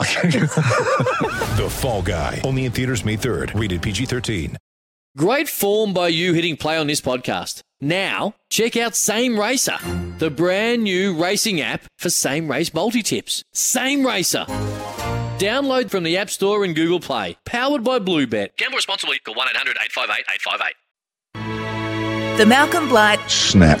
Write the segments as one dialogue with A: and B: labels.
A: The Fall Guy. Only in theaters May 3rd. Rated PG-13.
B: Great form by you hitting play on this podcast. Now, check out Same Racer, the brand new racing app for same race multi tips. Same Racer. Download from the App Store and Google Play. Powered by Bluebet. Gamble responsibly. Call 1 800 858 858.
C: The Malcolm Blight
D: Snap.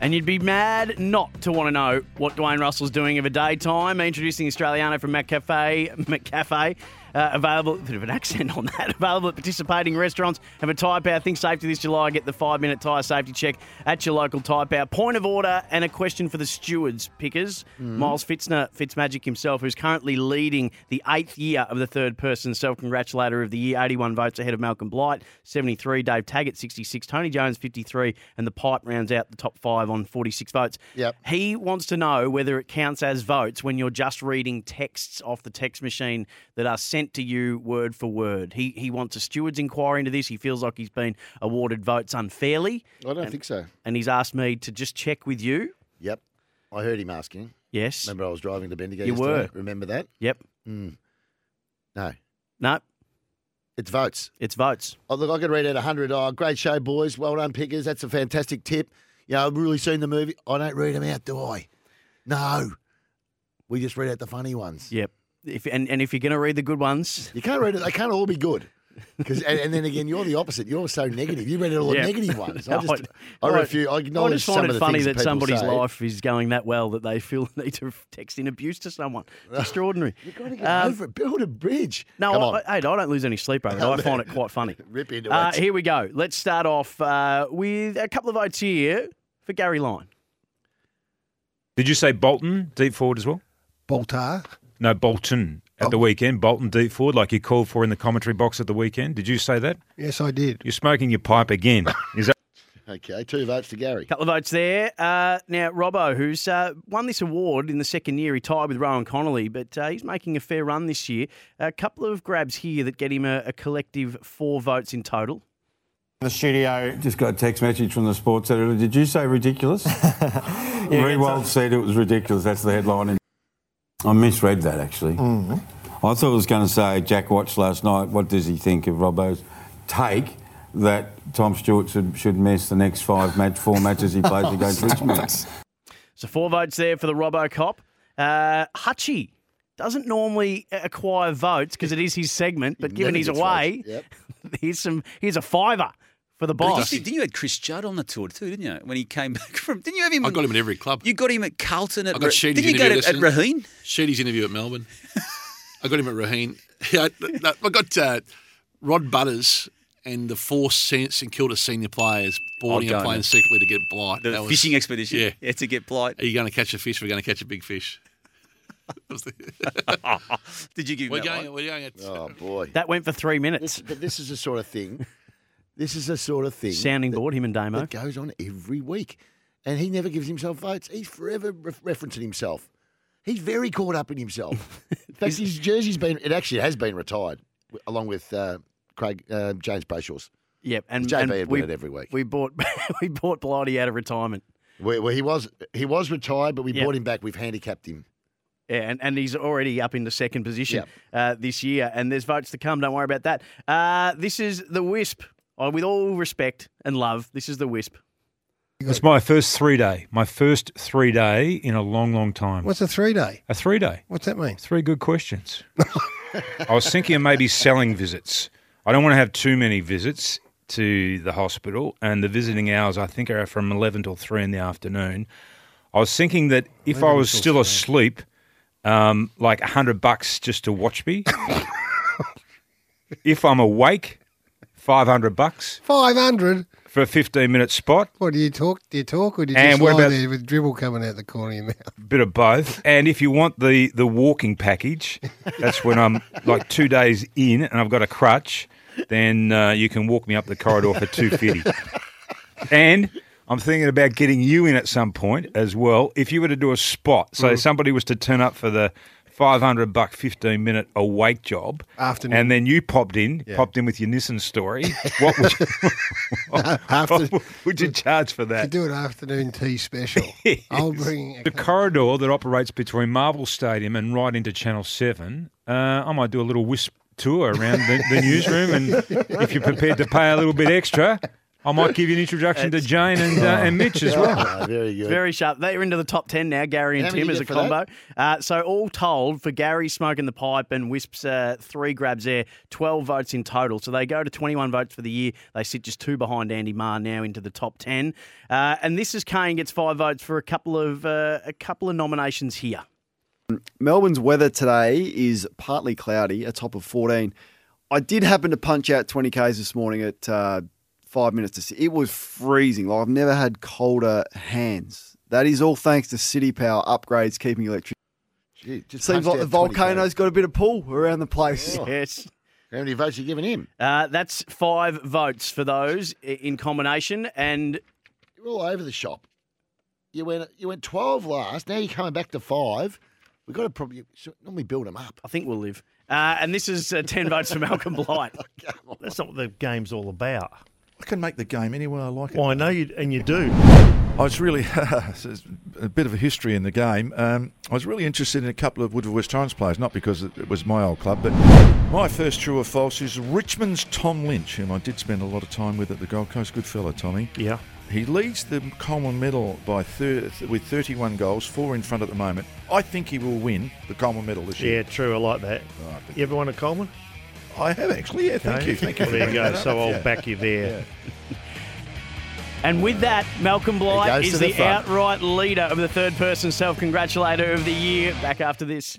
E: And you'd be mad not to want to know what Dwayne Russell's doing of a daytime. Introducing Australiano from McCafe, McCafe, uh, available, bit of an accent on that, available at participating restaurants. Have a tyre power. Think safety this July. Get the five minute tyre safety check at your local tyre power. Point of order and a question for the stewards pickers. Miles Fitzner, Fitzmagic himself, who's currently leading the eighth year of the third person self congratulator of the year, 81 votes ahead of Malcolm Blight, 73, Dave Taggart, 66, Tony Jones, 53, and the pipe rounds out the top five on 46 votes.
F: Yep.
E: He wants to know whether it counts as votes when you're just reading texts off the text machine that are sent to you word for word. He, he wants a steward's inquiry into this. He feels like he's been awarded votes unfairly,
F: I don't think so.
E: and he's asked me to just check with you.
F: Yep. I heard him asking.
E: Yes.
F: Remember, I was driving to Bendigo.
E: You
F: yesterday?
E: were.
F: Remember that?
E: Yep.
F: Mm. No,
E: No,
F: it's votes.
E: it's votes.
F: Oh, look, I could read out 100. Oh, great show, boys. Well done, pickers. That's a fantastic tip. You know, I've really seen the movie. I don't read them out, do I? No. We just read out the funny ones.
E: Yep. If, and, and if you're going to read the good ones,
F: You can't read it. They can't all be good. 'Cause- and, and then again, you're the opposite. You're so negative. You read all the
E: Yeah.
F: negative ones.
E: No,
F: I just,
E: I-
F: I, refuse. I
E: I
F: acknowledge
E: just
F: some
E: find
F: of
E: it
F: the
E: funny
F: things
E: that
F: people
E: somebody's
F: say.
E: life is going that well that they feel the need to text in abuse to someone. It's extraordinary.
F: You've got to get
E: Um,
F: over it. Build a bridge.
E: No,
F: Come
E: I,
F: on.
E: I, hey, I don't lose any sleep over it. I find it quite funny.
F: Rip into
E: Uh,
F: it.
E: here we go. Let's start off uh, with a couple of votes here for Gary Lyon.
G: Did you say Bolton deep forward as well? Oh.
D: Boltar.
G: No, Bolton at the weekend. Bolton deep forward, like you called for in the commentary box at the weekend. Did you say that?
D: Yes, I did.
G: You're smoking your pipe again. Is that
F: Okay, two votes to Gary.
E: couple of votes there. Uh, now, Robbo, who's uh, won this award in the second year, he tied with Rowan Connolly, but uh, he's making a fair run this year. A couple of grabs here that get him a, a collective four votes in total.
H: The studio just got a text message from the sports editor. Did you say ridiculous? Rewald said it was ridiculous. That's the headline. I misread that actually. I thought it was going to say Jack watched last night. What does he think of Robbo's take that Tom Stewart should, should miss the next five match, four matches he plays against Richmond?
E: So four votes there for the Robbo Cop. Uh, Hutchie doesn't normally acquire votes because it is his segment, but given he's
F: Negative
E: away,
F: votes. Yep.
E: here's some here's a fiver for the boss.
I: Didn't you had Chris Judd on the tour too, didn't you? When he came back from, didn't you have him? I got him at every club. You got him at Carlton. At I got Sheedy's didn't you go to, at Raheen? Sheedy's interview at Melbourne. I got him at Raheen. Yeah, no, I got uh, Rod Butters and the four St St Kilda senior players boarding a plane secretly to get blight. Oh, The fishing expedition. Yeah. to get blight. Are you going to catch a fish? We're going to catch a big fish. Did you give? We're going. We're going. At,
F: Oh, boy.
E: That went for three
F: This,
E: minutes.
F: but this is the sort of thing. This is the sort of thing.
E: Sounding
F: that-
E: board, him and Damo.
F: that goes on every week. And he never gives himself votes. He's forever re- referencing himself. He's very caught up in himself. in fact, his jersey's been, it actually has been retired, w- along with uh, Craig, uh, James Brayshaw's.
E: Yep, and,
F: JB
E: and
F: had
E: we,
F: won it every week.
E: we bought we bought Blighty out of retirement.
F: Where, where he was he was retired, but we
E: Yep.
F: brought him back. We've handicapped him.
E: Yeah, and, and he's already up into second position uh, this year, and there's votes to come. Don't worry about that. Uh, this is the Wisp. Oh, with all respect and love, this is the Wisp.
G: it's my first three day. My first three day in a long, long time.
D: What's a three day?
G: a three day?
D: What's that mean?
G: Three good questions. I was thinking of maybe selling visits. I don't want to have too many visits to the hospital, and the visiting hours I think are from eleven till three in the afternoon. I was thinking that if I
J: 11
G: was
J: till
G: still asleep, um, like hundred bucks just to watch me. if I'm awake, five hundred bucks
K: Five hundred.
G: for a fifteen minute spot.
K: What do you talk? Do you talk, or do you
G: And
K: just
G: what
K: lie
G: about-
K: there with dribble coming out the corner of your mouth?
G: bit of both. And if you want the the walking package, that's when I'm like two days in and I've got a crutch, then uh, you can walk me up the corridor for two fifty. And I'm thinking about getting you in at some point as well. If you were to do a spot, so
K: Mm.
G: somebody was to turn up for the. 500 buck 15 minute awake job
K: Afternoon.
G: and then you popped in
K: Yeah.
G: popped in with your Nissan story what would you, what, what would you charge for that
K: You do an afternoon tea special. I'll bring
G: the corridor that operates between Marvel Stadium and right into Channel 7, uh, I might do a little wisp tour around the, the newsroom. And if you're prepared to pay a little bit extra, I might give you an introduction to Jane and, uh, and Mitch as well.
F: very good.
E: Very sharp. They're into the top 10 now, Gary and
F: How many
E: Tim
F: you
E: as a
F: get for that?
E: combo. Uh, so, all told, for Gary smoking the pipe and Wisps, uh, three grabs there, 12 votes in total. So, they go to 21 votes for the year. They sit just two behind Andy Marr now into the top 10. Uh, and this is Kane gets five votes for a couple of, uh, a couple of nominations here.
J: Melbourne's weather today is partly cloudy, a top of 14. I did happen to punch out 20 Ks this morning at uh, five minutes to six. It was freezing. Like I've never had colder hands. That is all thanks to City Power upgrades keeping electricity.
F: just
J: Seems
F: punched
J: like the
F: out 20 Ks.
J: volcano's got a bit of pull around the place.
E: Yes.
F: How many votes you giving him?
E: Uh, that's five votes for those i- in combination. And
F: You're all over the shop. You went you went twelve last. Now you're coming back to five. We've got to probably so normally build them up.
E: I think we'll live. Uh, and this is uh, 10 votes for Malcolm Blight.
L: That's not what the game's all about.
M: I can make the game any way I like it.
L: Well, I know you, and you do.
M: I was really so it's a bit of a history in the game. Um, I was really interested in a couple of Woodville West Torrens players, not because it it was my old club, but my first true or false is Richmond's Tom Lynch, whom I did spend a lot of time with at the Gold Coast. Good fella, Tommy.
L: Yeah.
M: He leads the Coleman Medal by thir- with 31 goals, four in front at the moment. I think he will win the Coleman Medal this year.
L: Yeah, true. I like that. You ever won a Coleman?
M: I have actually. Yeah, thank
L: Okay.
M: you. Thank you.
L: Well,
M: for
L: there you
M: bringing
L: go.
M: that up,
L: So I'll
M: yeah.
L: back you there.
E: And with that, Malcolm
L: He
E: Blight
L: goes
E: is
L: to
E: the,
L: the front.
E: outright leader of the third person self congratulator of the year. Back after this.